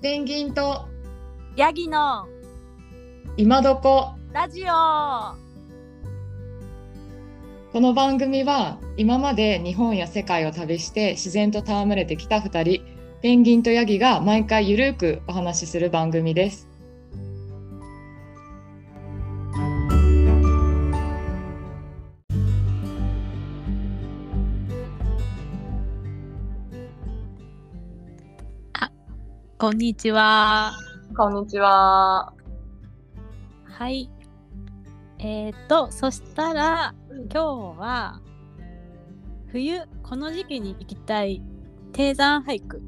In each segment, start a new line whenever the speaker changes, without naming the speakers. ペンギンと
ヤギの
今どこ
ラジオ
この番組は今まで日本や世界を旅して自然と戯れてきた2人ペンギンとヤギが毎回ゆるーくお話しする番組です
こんにちは。
こんにちは。
はい。えっ、と、そしたら、今日は、冬、この時期に行きたい低山俳句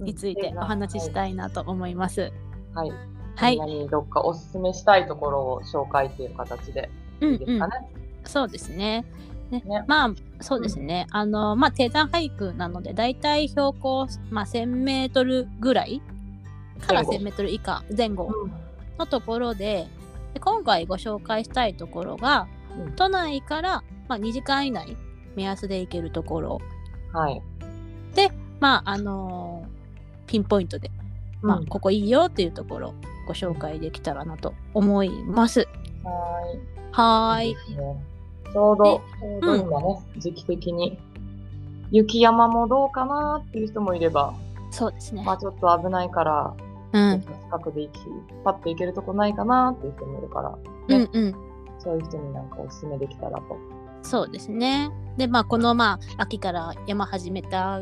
についてお話ししたいなと思います。
はい。
は
み
い。
んなにどっかおすすめしたいところを紹介という形で
うん
いいです
う
か
ん
ね。
そうですね。ね
ね
まあそうですね、あのまあ低山俳句なのでだいたい標高、まあ、1 0 0 0ルぐらいから
前後
1 0 0 0ル以下前後
うん
のところでで今回ご紹介したいところが、
うん
都内から、まあ、2時間以内目安で行けるところ
はい。
まああのーピンポイントで、まあ
うん、
ここいいよっていうところご紹介できたらなと思います。
は
は
ー
ー
い
い
いいですね。ちょうど、ちょうど今ね、時期的に。雪山もどうかなっていう人もいれば、
そうですね、
まあちょっと危ないから、
うん、
近くで行き、パッと行けるとこないかなっていう人もいるから、
う
ね
んうん
そういう人になんかおすすめできたらと。
そうですね。でまあこのまあ秋から山始めた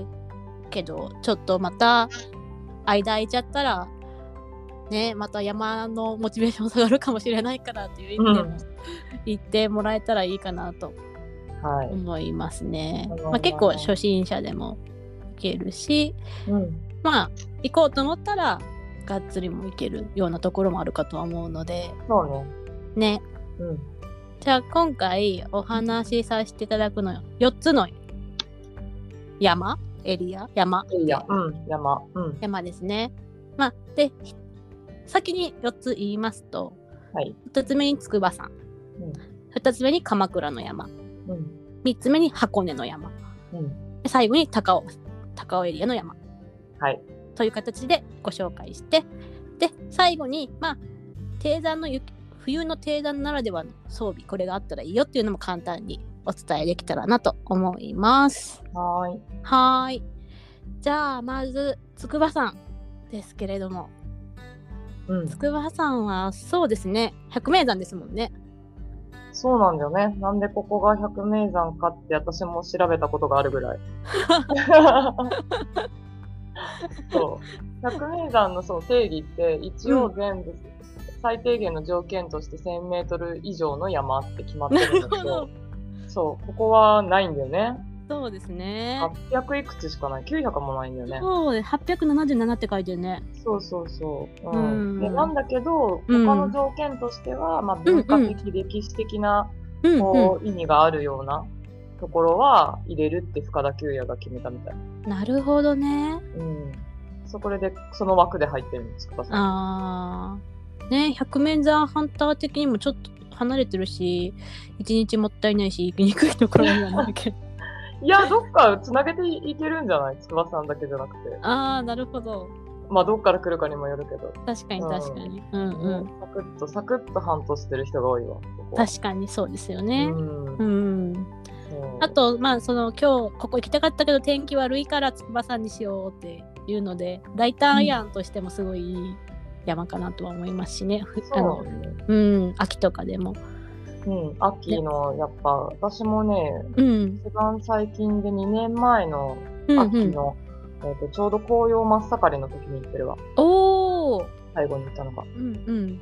けどちょっとまた間空いちゃったらねまた山のモチベーション下がるかもしれないからっていう意味
う
でも、
ん
行ってもらえたらいいかなと
はい。
思いますね。
うん
まあ、結構初心者でも行けるし
うん。
まあ行こうと思ったらがっつりも行けるようなところもあるかとは思うので
そうね。
ね
うん。
じゃあ今回お話しさせていただくのよ4つの山エリア山
いいや。うん。山。うん。
山ですね。まあで先に4つ言いますと
はい。
1つ目に筑波山、
うん
2つ目に鎌倉の山
うん。
3つ目に箱根の山
うん。
で最後に高尾高尾エリアの山
はい。
という形でご紹介してで最後にまあ低山の雪冬の低山ならではの装備これがあったらいいよっていうのも簡単にお伝えできたらなと思います
はーい。
はーいじゃあまず筑波山ですけれども
うん、
筑波山はそうですね百名山ですもんね
そうなんだよね。なんでここが百名山かって私も調べたことがあるぐら い。そう。百名山のそう定義って一応全部、最低限の条件として1000メートル以上の山って決まってるんだけど、そう、ここはないんだよね。
そうですね
800いくつしかない。900もないんだよね。
そうね877って書いてるね
そうそうそう。う
うん
ん、でなんだけど、
うん
他の条件としては、まあ、文化的、歴史的な
うんうん
こう意味があるようなところは入れるって深田久也が決めたみたい。
なるほどね
うん。そこで、その枠で入ってるんですか、さん。
あーね百面山ハンター的にもちょっと離れてるし一日もったいないし行きにくいところにはなる けど
いや、どっかつなげていけるんじゃない筑波さんだけじゃなくて。
ああなるほど
まあ、どっから来るかにもよるけど。
確かに
うん
確かにうんうん、
サクッと、サクッと半年してる人が多いわ。ここ
確かにそうですよね
うん
う。ん、
そう
あ、とまあその今日ここ行きたかったけど天気悪いから筑波山にしようっていうのでライターアイアンとしてもすごいいい山かなとは思いますしね、あ
そ
の
うね。
うん秋とかでも
うん。秋の、やっぱ、私もね、
うん
一番最近で2年前の
うんう
秋
ん
の、えーとちょうど紅葉真っ盛りの時に行ってるわ。
おお
最後に行ったのが。
うんうん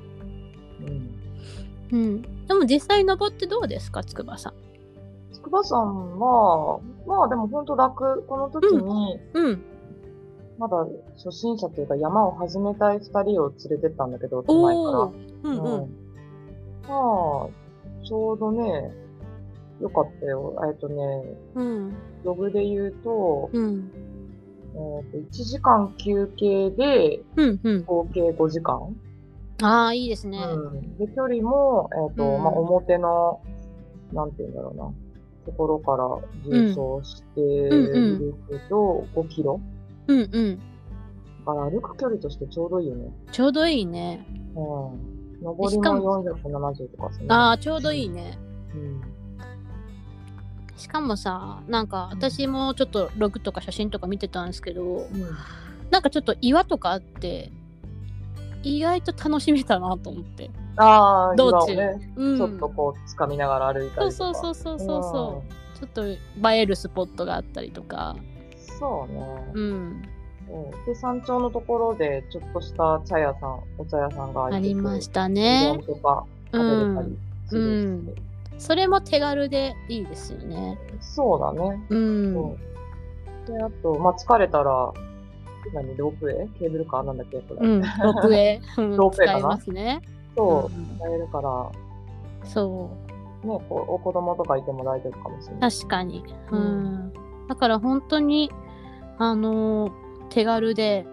うん
うん、でも実際登ってどうですか筑波さん。
筑波山は、まあでも本当楽、この時に、
うん。
まだ初心者というか山を始めたい二人を連れてったんだけど、手前
お
か
お。うん
ら。
う。
うんんまあ、ちょうどね、よかったよ。えっとね、
うん。
ログで言うと、
うん。
えーと1時間休憩で
うん。うん。
合計5時間。
ああ、いいですね。
うん、で、距離も、えっ、と、
うん
まあ、表の、なんて言うんだろうな、ところから重走しているけど、5キロ
うん。うん。
から歩く距離としてちょうどいいよね。
ちょうどいいね。
うん。上り
しかも
も470とかそんな
ああ、ちょうどいいね。
うん。
しかもさ、なんか私もちょっとログとか写真とか見てたんですけど、なんかちょっと岩とかあって、意外と楽しめたなと思って。
ああ、
道
今を
中
ね、
うん。
ちょっとこう、掴みながら歩いた
そ
りと
う
か。
そうそううそうそうそう。ちょっと映えるスポットがあったりとか。
んそうね。
うん。
うんで、山頂のところで、ちょっとした茶屋さん、お茶屋さんが
あ
開いて
り
て
ました
うど
ね
ん。とか
う
食べれたり
ん。
するし、
それも手軽でいいですよね。
そうだね。
うん。
そうで、あと、まあ、疲れたら、何、ロープウェイケーブルカーなんだっけこれ。
うん。ロープウェイ。うん
ロープウェイかな
使いますね。
そうう、
ん
使えるから、
そう。
ね、こうお子供とかいても大丈夫かもしれない。
確かに、う
うん、
ん、だから本当にあのー手軽で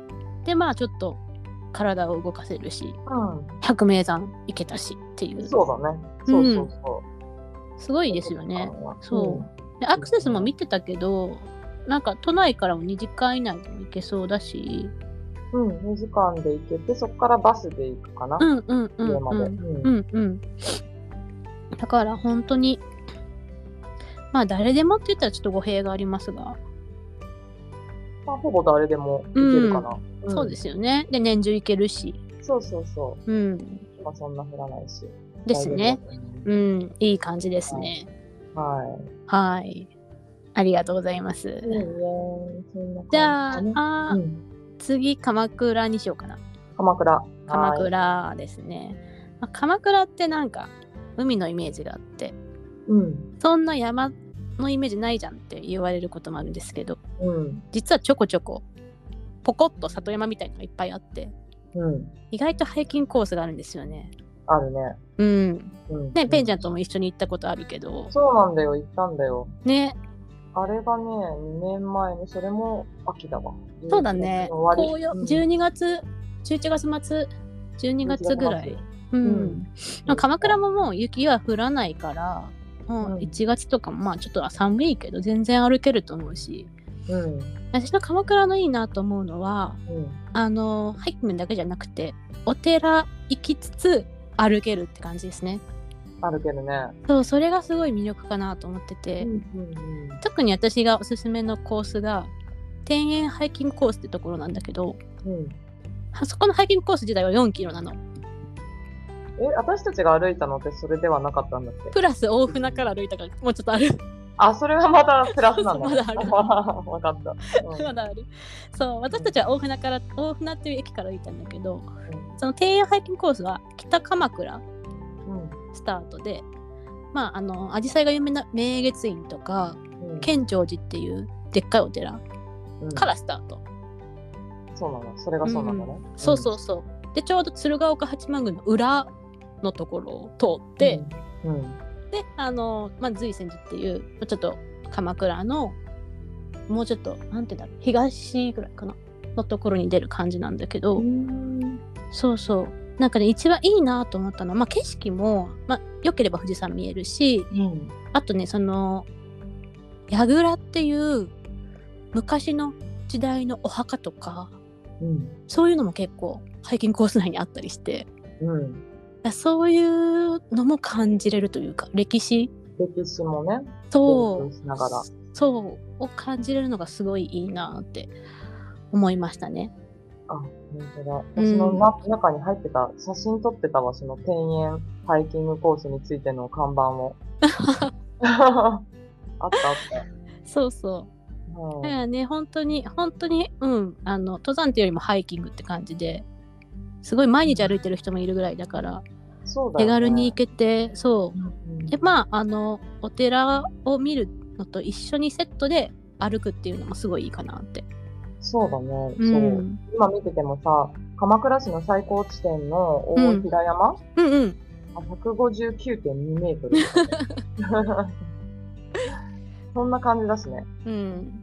でまあちょっと体を動かせるし百名山行けたしっていううん
そうだね。そうそうそう。
すごい
い
ですよね。そうでアクセスも見てたけどなんか都内からも2時間以内でも行けそうだし
うん。うん、2時間で行けて、そこからバスで行くかな
う、んうんうん
家まで。
う
うんん
うんうんだから本当にまあ誰でもって言ったらちょっと語弊がありますが、
まあ、ほぼ誰でも行けるかな。ん
そうですよねで年中行けるし
そうそうそ
うん
う。まあ、そんな降らないし。
ですね。
大丈夫だと思い
うん、いい感じですね。
ます。はい。
はい。ありがとうございま
いいね
す。
そんな感
じゃあ、
かな
あー
うん
次、鎌倉にしようかな。
鎌倉。
鎌
はい。
倉ですね。まあ鎌倉ってなんか、海のイメージがあって、
うん。
そんな山のイメージないじゃんって言われることもあるんですけど、
うん。
実はちょこちょこ、ポコッと里山みたいのがいっぱいあって、
うん。
意外とハイキングコースがあるんですよね。
あるね。
うん。
うん。
ね、ペンちゃ
ん。
んとも一緒に行ったことあるけど、
そうなんだよ、行ったんだよ。
ね、
あれがね、2年前の、それも秋だわ。
そうだね。
11終わ
紅
り
葉
うん
12月、11月末、12月ぐらい。うん。
うん
まあ鎌倉ももう雪は降らないから、うん
うん
1月とかもまあちょっと寒いけど全然歩けると思うし
うん。
私の鎌倉のいいなと思うのは
うん。
あのハイキングだけじゃなくてお寺行きつつ歩けるって感じですね
あるけどね。
そうそれがすごい魅力かなと思ってて、
うん。
特に私がおすすめのコースが天園ハイキングコースってところなんだけど
うん。
あそこのハイキングコース自体は4キロなの
え、私たちが歩いたのってそれではなかったんだっけ
プラス大船から歩いたからもうちょっとある
あ、それはまたプラスなんだ。
そう そうまだ
わかった。うん
まだあるそう私たちは大船から大船っていう駅から歩いたんだけどその庭園ハイキングコースは北鎌倉
うん。
スタートでまああの紫陽花が有名な明月院とか
うん。
建長寺っていうでっかいお寺
うん
からスタート、
そうなの。それがそうなのね。
そうそうそうでちょうど鶴岡八幡宮の裏のところを通って、
うん。うん。
であの、まあ、随泉寺っていうちょっと鎌倉のもうちょっとなんていうんだろう東ぐらいかなのところに出る感じなんだけど、そうそうなんかね一番いいなと思ったのは、まあ、景色も、まあ、良ければ富士山見えるし
うん。
あとねその櫓っていう昔の時代のお墓とか
うん。
そういうのも結構ハイキングコース内にあったりして
うん。
だからそういうのも感じれるというか歴史
歴史もね、
と
勉強しながら。
そうを感じれるのがすごいいいなって思いましたね。
あ、本当
う
だ。
ん
そのな中に入ってた、写真撮ってたわ、その庭園ハイキングコースについての看板 を。あったあった。
そうそう
うん
だからね本当に本当にうんあの登山っていうよりもハイキングって感じですごい毎日歩いてる人もいるぐらいだから
そうだ
手
よね
軽に行けてそう
うん
でまああのお寺を見るのと一緒にセットで歩くっていうのもすごいいいかなって。
そうだね。
うん、
そううん今見ててもさ、鎌倉市の最高地点の大平山、
うん
あ159.2メー トル。 そんな感じだしね。
うん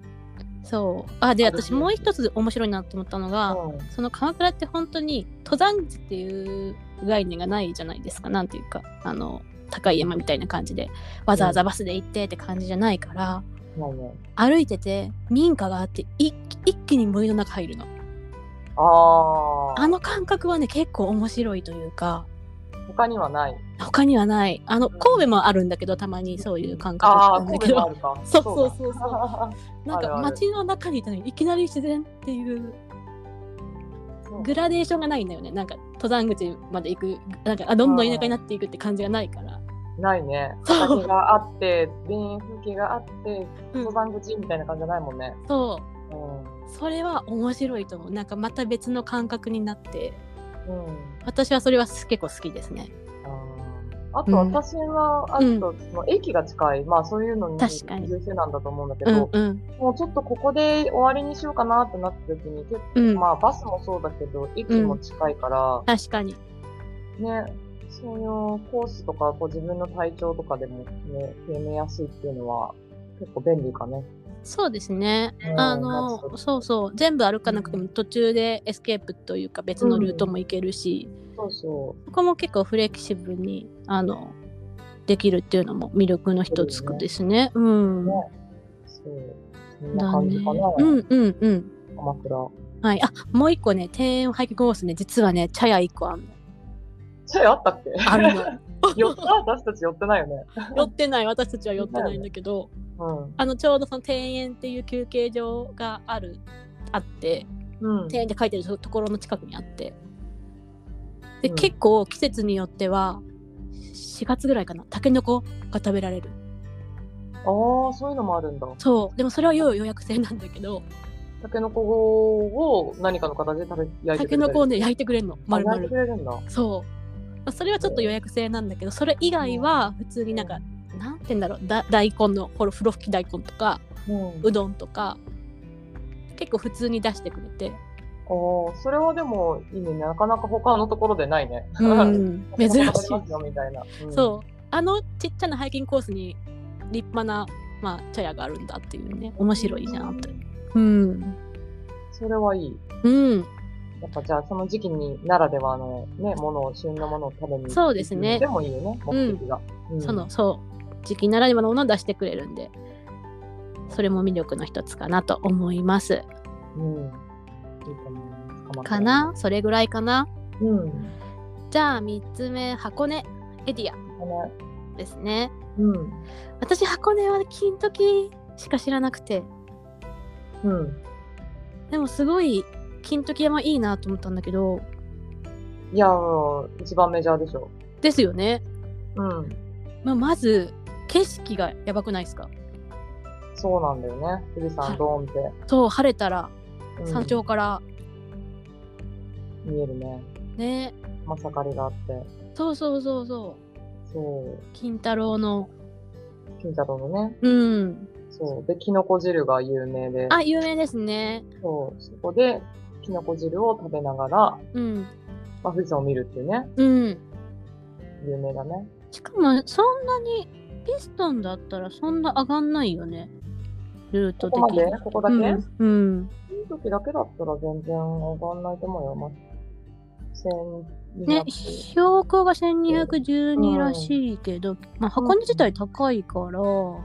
そうあで
歩きやす
私
い
もう一つ面白いなと思ったのが、
う
その鎌倉って本当に登山地っていう概念がないじゃないですかなんていうかあの高い山みたいな感じでわざわざバスで行ってって感じじゃないから、
ん。ないね。
歩いてて民家があって一気一気に森の中入るの。
ああ
あ
あ。
の感覚はね結構面白いというか
他にはない。
他にはないあの神戸もあるんだけどたまにそういう感覚
ああ、
なんだ
神
け
戸もあ
ど
るか。
そうそうそう
だ
そなん
あるあ
か
る
街の中にいたのにいきなり自然っていう
そう
グラデーションがないんだよねなんか登山口まで行くなんかあどんどん田舎になっていくって感じがないから、
ないね。
そう
畑があって、田園風景があって、
うん
登山口みたいな感じじゃないもんね。
そう
うん。
それは面白いと思うなんかまた別の感覚になって
うん。
私はそれは結構好きですね
あと私は、あとその駅が近い、まあそういうのに
確かに
優勢なんだと思うんだけ
うん
ど、
うん
もうちょっとここで終わりにしようかなってなった時に、結
うん、
構まあバスもそうだけど、駅も近いから、
確かに
ね、そういうコースとか、こう自分の体調とかでも決め決めやすいっていうのは結構便利かね。
そうですね
うん
あ
そう
のそうそう全部歩かなくても途中でエスケープというか別のルートも行けるし、
そうそ
ここも結構フレキシブルにあのできるっていうのも魅力の一つですねうん
ねう。そう。そんな
だ
感
ね
じかな、
うんうんうん
鎌倉。
はいあもう一個ね庭園をハイキングコースね実はね茶屋一個あるの
チャイあったっけ
あるの
寄った私たち寄ってないよね。
寄ってない私たちは寄ってないんだけどあのちょうどその庭園っていう休憩所があるあって
うん。うん。
庭園で書いてるところの近くにあってで、
うん
結構季節によっては4月ぐらいかなタケノコが食べられる
ああ、そういうのもあるんだ。
そうでもそれは要予約制なんだけど
タケノコを何かの形で食べ、焼
タ
いて
ケ
くれたり
ノコをね焼いてくれるの
あ
丸
焼いてく
々
れるんだ。
そう、まあそれはちょっと予約制なんだけどそれ以外は普通になんかなんて言うんだろうだ大根のほら風呂吹き大根とか
うん。
うどんとか結構普通に出してくれて、
おーそれはでもいいね。なかなか他のところでないね。
うん、珍し い
こんなことありますよみたいな。うん
そうあのちっちゃなハイキングコースに立派な、まあ、茶屋があるんだっていうね面白いなってうん
それはいい。
うん
やっぱじゃあその時期にならではのね、ものを、旬のものを食べに行く
そうですね
でもいいよね、目的が。うん
そのそう時期ならではのものを出してくれるんでそれも魅力の一つかなと思います
うん。いいと思います鎌倉
かなそれぐらいかな
うん。か
じゃあ3つ目箱根エリア
な
ですね
うん。
私箱根は金時しか知らなくて
うん。
でもすごい金時山いいなと思ったんだけど
いや、もう一番メジャーでしょ。
ですよね
うん。
まあ、まず景色がやばくないですか
そうなんだよね。富士
は
山
い
ドーンって、
そう晴れたら
うん
山頂から、
見えるね。
ね
まさかりがあって。
そうそうそうそう
そう。
金太郎の
金太郎のね。
うん
そう。で、キノコ汁が有名で。
あ有名ですね
そう。そこで、キノコ汁を食べながら、
うん
まあ、富士山を見るっていうね。
うん
有名だね。
しかもそんなにピストンだったらそんな上がんないよねルート
こ
的
こま
に
でここだけ、
うん、うん
いい時だけだったら全然上がんないと思うよ。まあ、1200、
ね標高が1212らしいけど、まあ、箱根自体高いから、
そ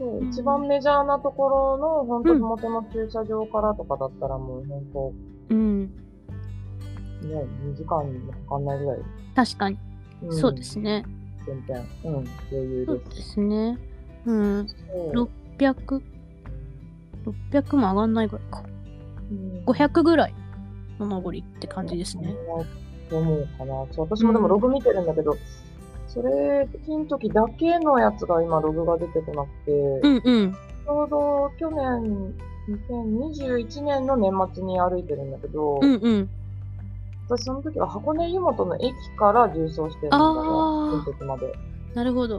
う
うん
一番メジャーなところの、本当地元の駐車場からとかだったらもう本当、
うん
ね、2時間もかかんないぐらい。
確かに、
ん
そうで。すね
全然。うん、余裕
そう
で。
ですすねうん
そう
600 600も上がんないぐらいか
うん
500ぐらいの上りって感じですね。
と思うかな。そう私もでもログ見てるんだけど、それ、金時だけのやつが今ログが出てこなくて、
う
ち
んうん
ょうど去年、2021年の年末に歩いてるんだけど、
うんうん
私その時は箱根湯本の駅から縦走してるんだ
あー
ね、金時まで。
なるほど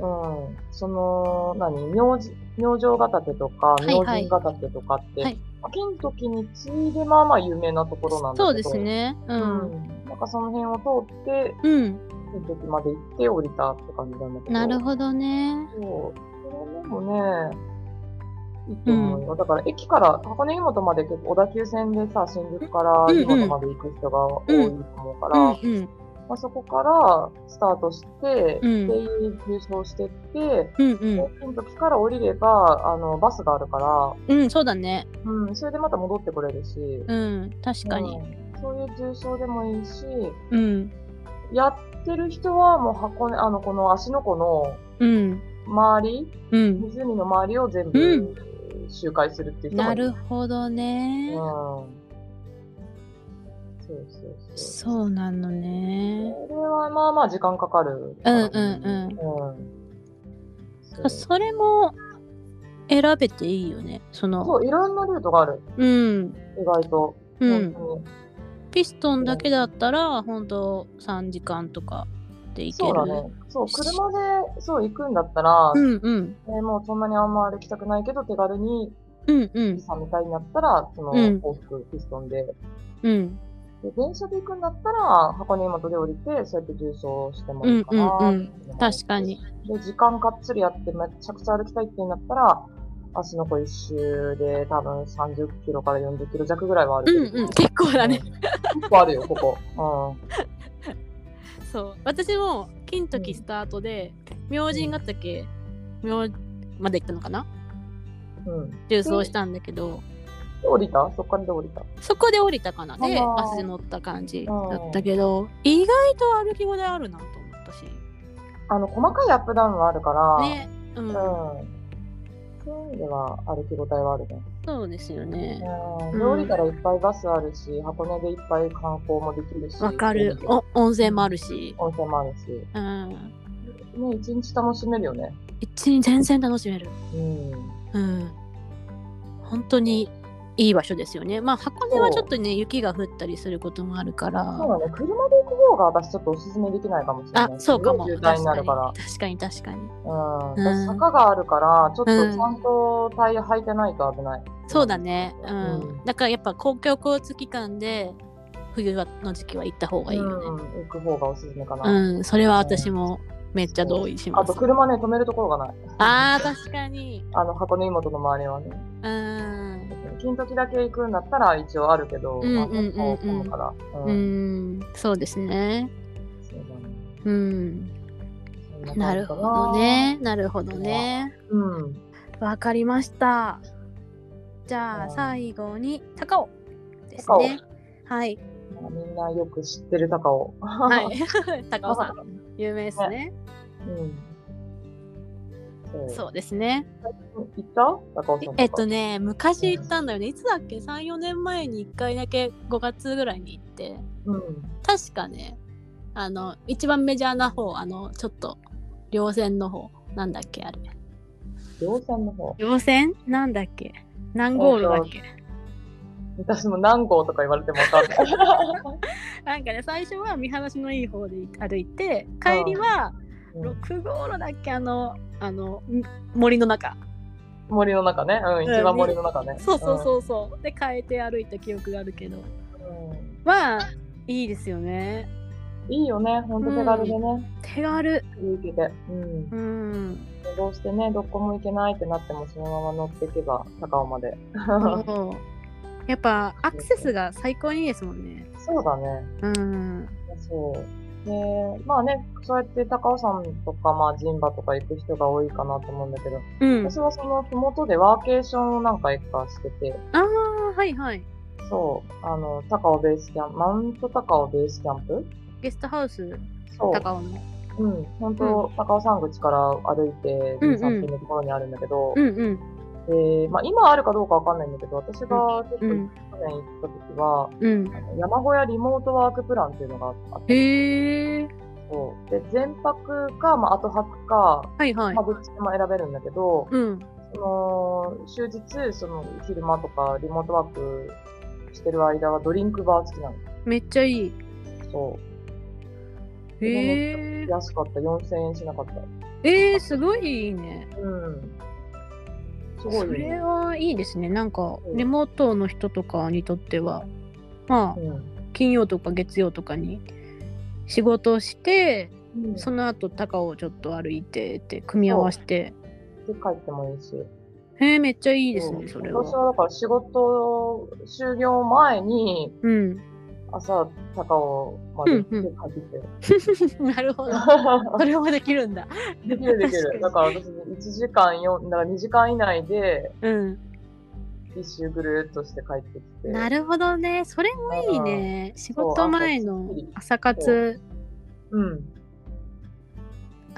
うん。その、何、明治、明星ヶ岳とか、
い
明
は
神
い
ヶ岳とかって、
はい
まあ金時に次いでまあまあ有名なところなんだけど。
そうですねう
うんん。なんかその辺を通って、
うん
金時まで行って降りたって感じなんだけど。
なるほどね
そう。それでもね、いいと思うよ。だから駅から、箱根湯本まで結構小田急線でさ、新宿から湯本まで行く人が多いと思うから、
うんうん
まあ、そこからスタートして、
うん
全員入賞してって、
うん
高金時から降りれば、あの、バスがあるか
うんうんそうだね
ら、うん、それでまた戻ってこれるし、
うん確かに
うんそういう重症でもいいし、
うん
やってる人はもう箱根、あの、この芦ノ湖の
うん
周り、
うん
湖の周りを全
う
部周回するっていう人も
ない
る。
るほど
うん
ね、
そうそうそう。
そうなのね
これはまあまあ時間かかる。
うんうんうん
うん。そう
それも選べていいよねその
そう、いろんなルートがある。
うん
意外と。
うん
本
ピストンだけだったら本当3時間とかで
当に
行け
そう
る
だね。そう、車でそう行くんだったら、
うんうん
えーもうそんなにあんま歩きたくないけど、手軽に
うんう
富
ん
士山みたいになったら、その
うん
往復ピストンで。
うん
で電車で行くんだったら、箱根湯本で降りて、そうやって重装してもいいかな、
うんうんうん確かに。
で、時間かっつりやって、めちゃくちゃ歩きたいってなったら、足の子一周で多分30キロから40キロ弱ぐらいはある
うんうん結構だね。
結構あるよ、ここ。
そう私も金時スタートで明神ヶ岳明まで行ったのかな
うん。うん。で
重走したんだけど
降りたそっからで降りた。
そこで降りたかなで
あー
バスで乗った感じだったけど意外と歩き応えあるなと思ったし
あの、細かいアップダウンがあるから、
ねうん
うん。そういう意味では歩き応えはあるね。
そうですよね
うん。で、降りたらいっぱいバスあるし、箱根でいっぱい観光もできるし。
わかるお温泉もあるし
温泉もあるし。
うん
もう一日楽しめるよね。
一日全然楽しめる
うん。
うん本当にいい場所ですよねまあ箱根はちょっとね雪が降ったりすることもあるから
そうだね。車で行く方が私ちょっとおすすめできないかもしれない
あ。そうかも
すごい
確
渋滞
か
になる
に
から。
確かに確かに
うん。
ん
私坂があるから、ちょっと
うん
ちゃんとタイヤ履いてないと危ない。
そうだ。ねうん、
うん
だからやっぱ公共交通機関で冬はの時期は行った方がいいよね
うん。行く方がおすすめか
う
な。
ん、それは私もめっちゃ同意し
あ
ま
と
す
車ね、止めるところがない。
あー確かに
あの、箱根妹の周りはね。
うん
金時だけ行くんだったら一応あるけど、
うん
まあ
うんうんうん
結構混むから。
う
うん。
んそうですね
そうだね
うん
そん感じか
なるほど。ねなるほどね
うん。
わかりました。じゃ
う
あ
ん
最後に高尾です
高尾
ね。はい。
みんなよく知ってる高尾。
はい。 高尾さん
ん。
有名ですね。
うん。そう。
そうですね。
行った高尾さん。
えっと。ね昔行ったんだよね。いつだっけ3、4年前に1回だけ5月ぐらいに行って
うん。
確かねあの一番メジャーな方あのちょっと稜線の方なんだっけあれ
量産の方。
稜線なんだっけ何ゴールだっけ
私も何号とか言われてもわかん ない。
なんかね最初は見晴らしのいい方で歩いて帰りは
うん
6号路だっけあのあのん森の中
森の中ね。うん。一番森の中ね。
そうそうそうそうで変えて歩いた記憶があるけど
うん。うん
まあいいですよね
いいよね。ほんと手軽でね。
手軽
勇気で。うん
う。 ん
どうしてね、どこも行けないってなっても、そのまま乗っていけば、高尾まで。
そうやっぱアクセスが最高にいいですもんね
そうだね。
うん
そう。で、まあね、そうやって高尾山とか、まあ、神馬とか行く人が多いかなと思うんだけど、
うん
私はその、麓でワーケーションを何回かしてて、
ああはいはい
そう、あの、高尾ベースキャンプ、マウント高尾ベースキャンプ
ゲストハウス
そう。
高尾の
うん、本当、高尾山口から歩いて、
うんうん
山線のところにあるんだけど、
うんうん
で、まあ、今あるかどうかわかんないんだけど、私がちょっと去
う
年
ん
行った時は、
うん
山小屋リモートワークプランっていうのがあって、
へえ
そうで、全泊か、まあ、後泊か、
はいはい
まあ、どっちでも選べるんだけど、
うん
その、終日、その、昼間とかリモートワークしてる間はドリンクバー付きなの。
めっちゃいい
そう。
へえ
安かった。4000円しなかった。
えー、すごいいいね
うん。すご
そ
いよね
れはいいですねなんか
うん
リモートの人とかにとってはまあ
うん。
金曜とか月曜とかに仕事をして
うん、
その後高尾をちょっと歩いてって組み合わせて
で帰ってもいいし。
へえめっちゃいいです
う
ね
ん
それ
私
は。
はだから仕事、終業前に、
うん、
朝高尾まで
うんうん
手かけて、
なるほど。それもできるんだ。
できるでき
確か
る
に
だから私1時間4だから2時間以内で
うん。
一周ぐるーっとして帰ってきて
なるほどね。それもいいね。仕事前の朝活。
うん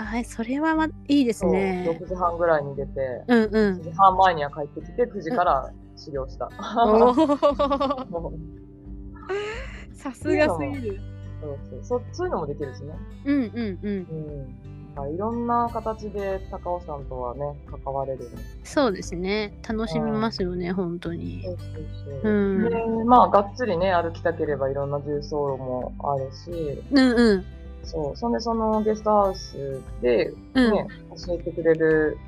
あ、それはまいいです
そう、
ね。
6時半ぐらいに出て
うんう
9
ん。
時半前には帰ってきて9時から修行 した、
おー
もう
さすがすぎる。
そうそうそそういうのもできるしね
うんうんうん。
うんなんかいろんな形で高尾さんとはね関われるね
そうですね。楽しみますよね、本当に。
そうそう
う。
そうん
うん
でまあがっつりね歩きたければいろんな重走路もあるし
うん。
そうそんでそのゲストハウスで
うん。
ね、教えてくれる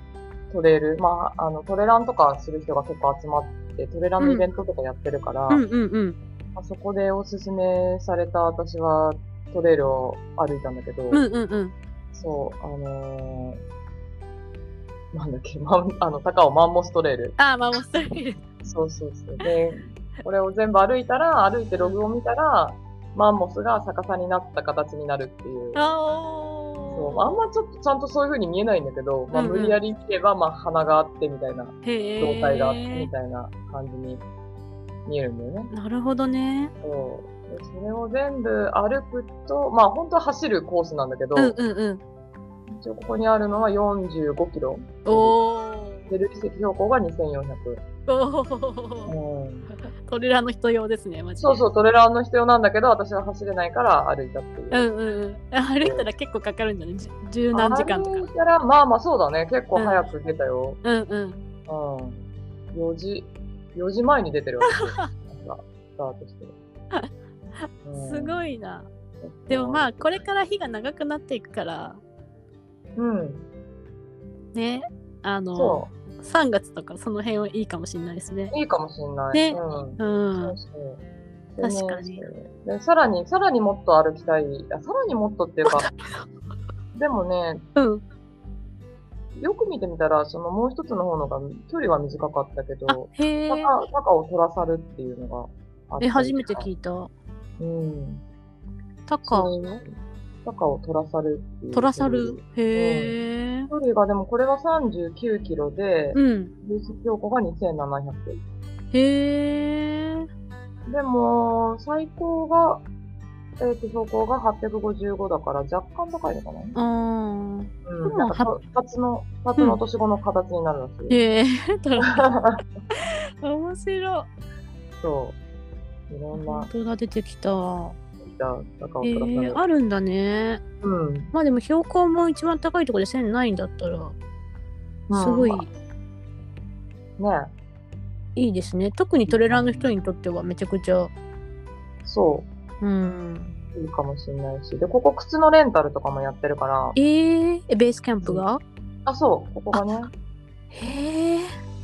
トレイル、まあ、あのトレランとかする人が結構集まって、トレランのイベントとかやってるから、
うんうんうん。
まあ、そこでおすすめされた私はトレイルを歩いたんだけど、
うんうんうん。
そう、あのーなんだっけ、マン あの、高尾マンモストレイル。
あー、まあ、もうそれいいです。
そうそうそう。 で、これを全部歩いたら、歩いてログを見たら、マンモスが逆さになった形になるっていう。
あ
そうあん
お。
まちょっとちゃんとそういう風に見えないんだけど、まあ、
うんうん
無理やり行けば、まあ、鼻があってみたいな
へ
状
え。
態があってみたいな感じに見えるんだよね。
なるほどね。
そうでそれを全部歩くと、まあ本当は走るコースなんだけど、
うんうんうん。
一応ここにあるのは45キロ。
おー
で累積標高が2400。
おー。トレーラーの人用ですね、マジで。
そうそう、トレラーの必要なんだけど、私は走れないから歩いたっていう。
うんうんうん。歩いたら結構かかるんだね。じゅ十何時間と
歩い
か。
たら、まあまあそうだね。結構早く出たよ。
うんうん。
うん。4時、4時前に出てるわけですよ。朝スタート して。
す
い。
ごいな。でもまあ、これから日が長くなっていくから、
うん。
ね。あの、
そう。
3月とかその辺はいいかもしれないですね。
いいかもしれない。う
ね
ん。
う
そ
ん
う。そう
確かに。
でねで、さらに、さらにもっと歩きたい。あさらにもっとっていう か、でもね、
うん。
よく見てみたら、そのもう一つの方のが距離は短かったけ
あ
ど、、
へえ。
中中を取らさるっていうのがあったりとか
え、初めて聞いた。
うん。
タ
そ
カ、
ういうね中を取らさるっていう。
トラサル。へえ。
距離がでもこれは39キロで、
うん。
流出標高が2700。
へえ。
でも、最高が、えっ、と、標高が855だから若干高いのかな
あ
う
で
ん。
も
なんかと、二つの、二つの年後の形になるらし
ー
い。
へえ。 トラ 面白
そう。いろ
い。
ん
本
な、
当だ、出てきた。
だから、
へ
プラス
え、あるんだね。
うん。
まあでも標高も一番高いところで1000ないんだったら、すごい
ね
いいですね。特にトレラーの人にとってはめちゃくちゃ、
そ
うん。
う。いいかもしれないし。で、ここ靴のレンタルとかもやってるから、
えー、えベースキャンプが
あ、そう。ここがね、
へえ。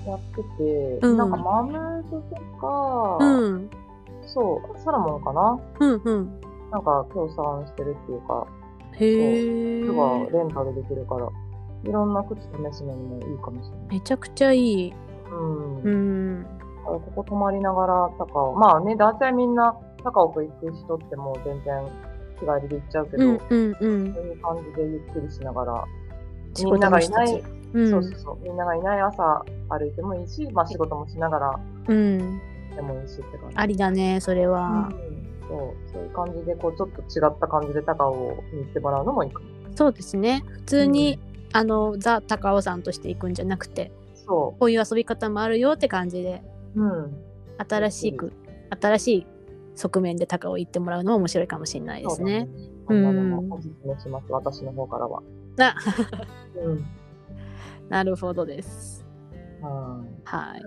やってて、
うん
なんかマムートとか、
うん。
そう、サラモンかな
うんうん。
なんか協賛してるっていうか、
へ
靴が
え。
レンタルできるから、いろんな靴試すのにもいいかもしれない。
めちゃくちゃいい。
うん。
うん。
あここ泊まりながら高尾。まあね、大体みんな高尾区行く人ってもう全然日帰りで行っちゃうけど、
うんうんうん
そ。ういう感じでゆっくりしながら、
自
みん
己
なが
楽
い
し
な
た
い、
ち。うん
そうそうそう、みんながいない朝歩いてもいいし、まあ仕事もしながら
うん、
でもいいしって感じ。
ありだね、それは
う。んそうそういう感じで、こうちょっと違った感じで高尾を見てもらうのもいいかも。
そうですね。普通に、あのザ高尾山として行くんじゃなくて、
そ
こういう遊び方もあるよって感じで、
う。うん。
新しく、新しい側面で高尾行ってもらうのも面白いかもしれないですね。
そうだね。こんなの
うん
もおすすめします、私の方からは。
あ
うん。
なるほどです。
はい。
はい。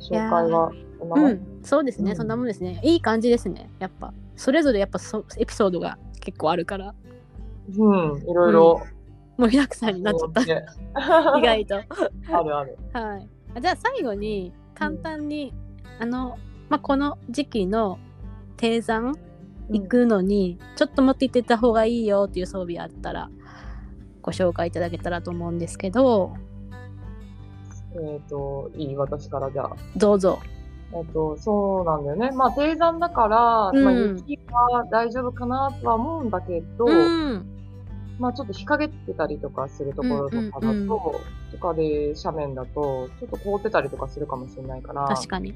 紹介はこんなも
うんん、そうですね、
うん
そんなもんですね。いい感じですね。やっぱ、それぞれやっぱそエピソードが結構あるから、
うん、いろいろ。
盛りだくさんになっちゃった。
た
意。外と。
あるある。
はい、あじゃあ最後に簡単に、あの、まあ、この時期の低山
うん
行くのにちょっと持って行ってた方がいいよっていう装備あったらご紹介いただけたらと思うんですけど
えっ、と、いい私からじゃあ。
どうぞ。
えっと、そうなんだよね。まあ、低山だから、
うん
まあ、雪は大丈夫かなとは思うんだけど、
うん。
まあ、ちょっと日陰ってたりとかするところとかだと、
うんうんうん
とかで斜面だと、ちょっと凍ってたりとかするかもしれないから、
確かに。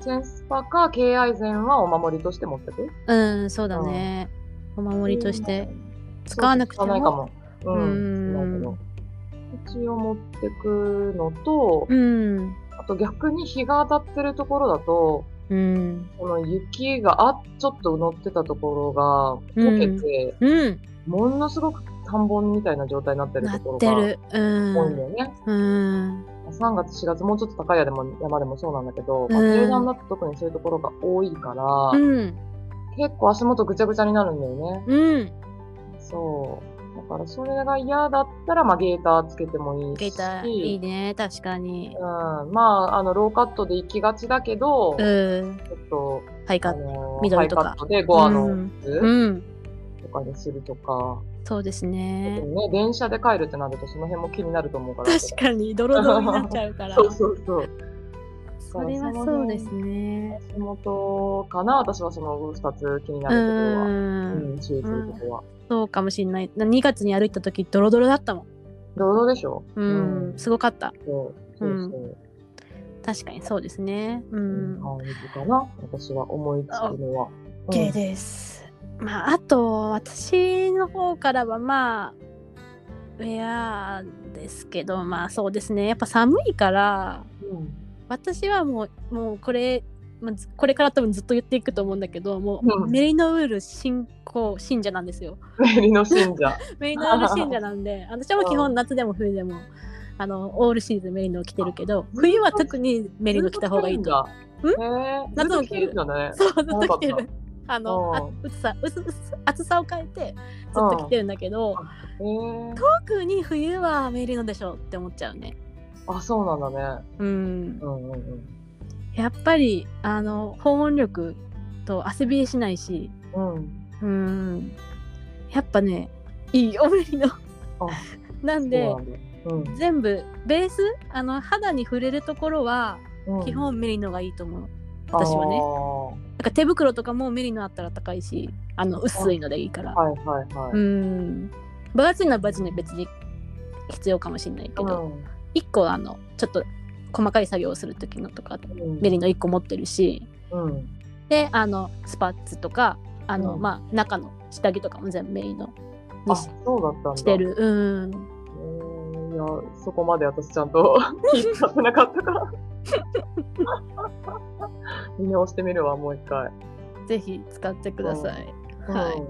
チェーンスパか敬愛膳はお守りとして持ってく
うん、そうだね。お守りとして。使わなくて
使わないか
も。
も。うん。
うん
使わないけど。一応持ってくのと、
うん。
あと逆に日が当たってるところだと、
うん。
この雪があちょっと乗ってたところが
うん
溶けて、
うん。
ものすごく田んぼみたいな状態になってる
な
ところが
って
多い
る。うん
んだよね。
うん。
3月、4月、もうちょっと高い山でも山でもそうなんだけど、まあ、
うん
低山だと特にそういうところが多いから、
うん。
結構足元ぐちゃぐちゃになるんだよね。
うん。
そう。だからそれが嫌だったら、まあ、ゲーターつけてもいいし。
ゲーターいいね。確かに。
うん、まあ、あの、ローカットで行きがちだけど、
う
ち
ん。
ょっと、
はい
あ
か。
のハ
緑
イ
と
カ
か
ットで5アの
うん
図
うん。
とかにするとか、
そうです
で
ね。
もね、電車で帰るってなると、その辺も気になると思うから。
確かに、ドロドロになっちゃうか ら。
そうそうそう。
それはそうですね。
足元かな、私はその2つ気にな
う
るところは。
ん。
うん、注意するところは。
そうかもしれない。2月に歩いた時ドロドロだったもん。
ドロドロでしょ
うん、
うん
すごかった。
そうそうそう。
確かにそうですね。う
うんん、。感じかな、私は思いつくのは。
OK です。まああと私の方からはまあウェアですけどまあそうですね。やっぱ寒いから
うん
私はもうもうこれ。まあずこれから多分ずっと言っていくと思うんだけどもう、
うん
メリノウール信仰信者なんですよ。
メリの信者。
メリノウール信者な んで私はもう基本夏でも冬でもあのオールシーズンメリノを着てるけど冬は特に メリノ着た方がいいと
ずっと着てるんだ。へえ。
夏
ずっ
も
と着てるよね。そう
そう、ずっと着て
だっ
る。あの、あうつさ、うつ、うつ、暑さを変えて、ずっと着てるんだけど、
へえ。
特に冬はメリノでしょって思っちゃうね。
あ、そうなんだね。
うん
う。んうんうん。
やっぱり、あの、保温力と汗びえしないし、
うん。
うん。やっぱね、いいよ、メリノ。 なんで
そう、なんだうん
全部、ベース、あの、肌に触れるところは、
うん
基本メリノがいいと思う。私はね
ね。
なんか手袋とかもメリノあったら高いし、あの、薄いのでいいから。
はいはいは
う
い。
ん。分厚いのは分厚いので別に必要かもしれないけど、
ん
一個あの、ちょっと細かい作業をする時のとか、
うん
メリの一個持ってるし、
うん。
で、あの、スパッツとか、あの、
うん
まあ、中の下着とかも全部メリの
あ、
にし
そうだったんだ。
して。る。うん。
えーいや、そこまで私ちゃん と気使ってなかったから。見直してみるわ、もう一回。
ぜひ使ってください。はい
い。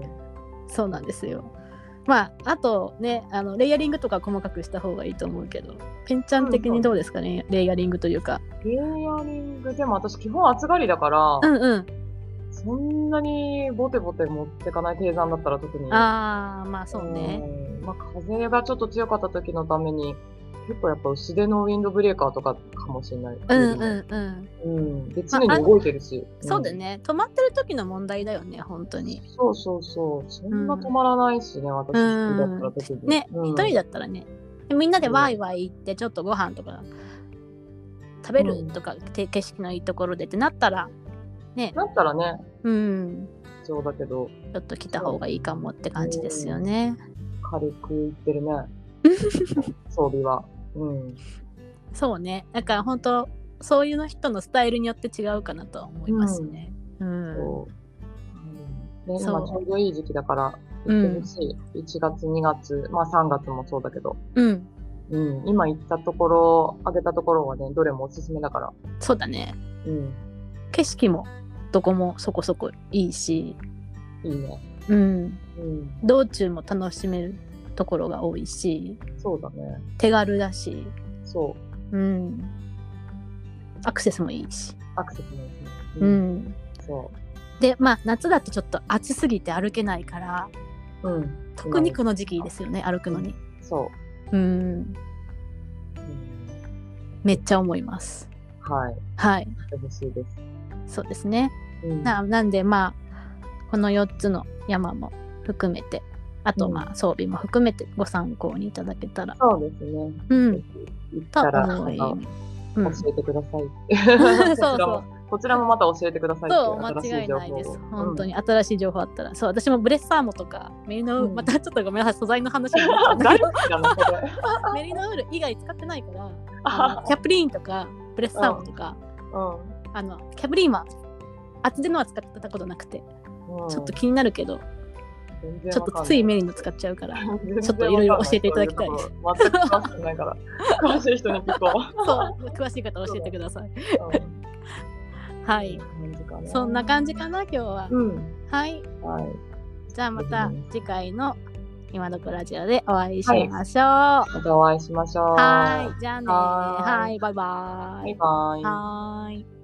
そうなんですよ。まあ、あとねあのレイヤリングとか細かくした方がいいと思うけどペンちゃん的にどうですかね、レイヤリングというか
レイヤリング、でも私基本暑がりだから、
うんうん
そんなにボテボテ持ってかない低山だったら特に。
ああまあそうね
うん。まあ、風がちょっと強かった時のために、結構やっぱ薄手のウィンドブレーカーとかかもしれない。
うんうんうん
うん。で、常に動いてるし。
そうだ
ん
よ。ね、止まってる時の問題だよね、本当に。
そうそうそう。そんな止まらないしね、私好きだったら特に。
ね、
うん
一人だったらね、みんなでワイワイ行って、ちょっとご飯とか食べるとか、て景色のいいところでってなったら、ね、
だったらね、
うん、
必要だけど、
ちょっと来た方がいいかもって感じですよね。
軽くいってるね。装備は。うん。
そうね、だから本当、そういうの人のスタイルによって違うかなとは思いますね。うん、
そううんね、
そう
今ちょうどいい時期だから行ってほしい。1月、2月、まあ3月もそうだけど。
うん、
うん、今行ったところ、あげたところはね、どれもおすすめだから。
そうだね、
うん、
景色もどこもそこそこいいし、
いいね。
うん、
うん、
道中も楽しめるところが多いし
そうだね。
手軽だし、
そ
うん、アクセスもいいし、
う、アクセスもいいしね。う
う
ん、
ん、
そ
でまあ夏だとちょっと暑すぎて歩けないから
う。うん、
特にこの時期ですよね歩くのに、
そ
うん、
う。うん、
めっちゃ思います
はい、
はい
行ってほしいです。
そうですね
うん、
ななんでまあこの4つの山も含めてあと
うん
まあ装備も含めてご参考にいただけたら、
そうですね。
うん、
行っ
と
たら、
思い
あの
うん
教えてください。
そ
こ
うそう
ちらもこちらもまた教えてくださいってい
そうう間
新し
違
い
い
情
ない
報
です
を。
本当
に。
に新しい情報あったらそう私もブレッサーモとかメリノウール、
うん
またちょっとごめんなさい素材の話になっちゃうんだ
大
けど
好きだな、そ れ。
メリノウール以外使ってないからあ
あ
のキャプリーンとかブレッサーモとか、
う
あのキャプリーンは厚手のは使ってたことなくて、
ん。。
ちょっと気になるけどちょっとついメリノ使っちゃうからちょっといろいろ教えていただきたいです
全く詳しくないから、詳しい人に聞こ。
そう詳しい方教えてくださいう
うん
は。
はい
そんな感じかな今日は、
うん。
はい
はい。
じゃあまた次回の今どこラジオでお会いしましょう。
またお会いしましょう。
はい、じゃあね
はーい
はい、バイバ
バ
イ
イ。バイ。
はーい。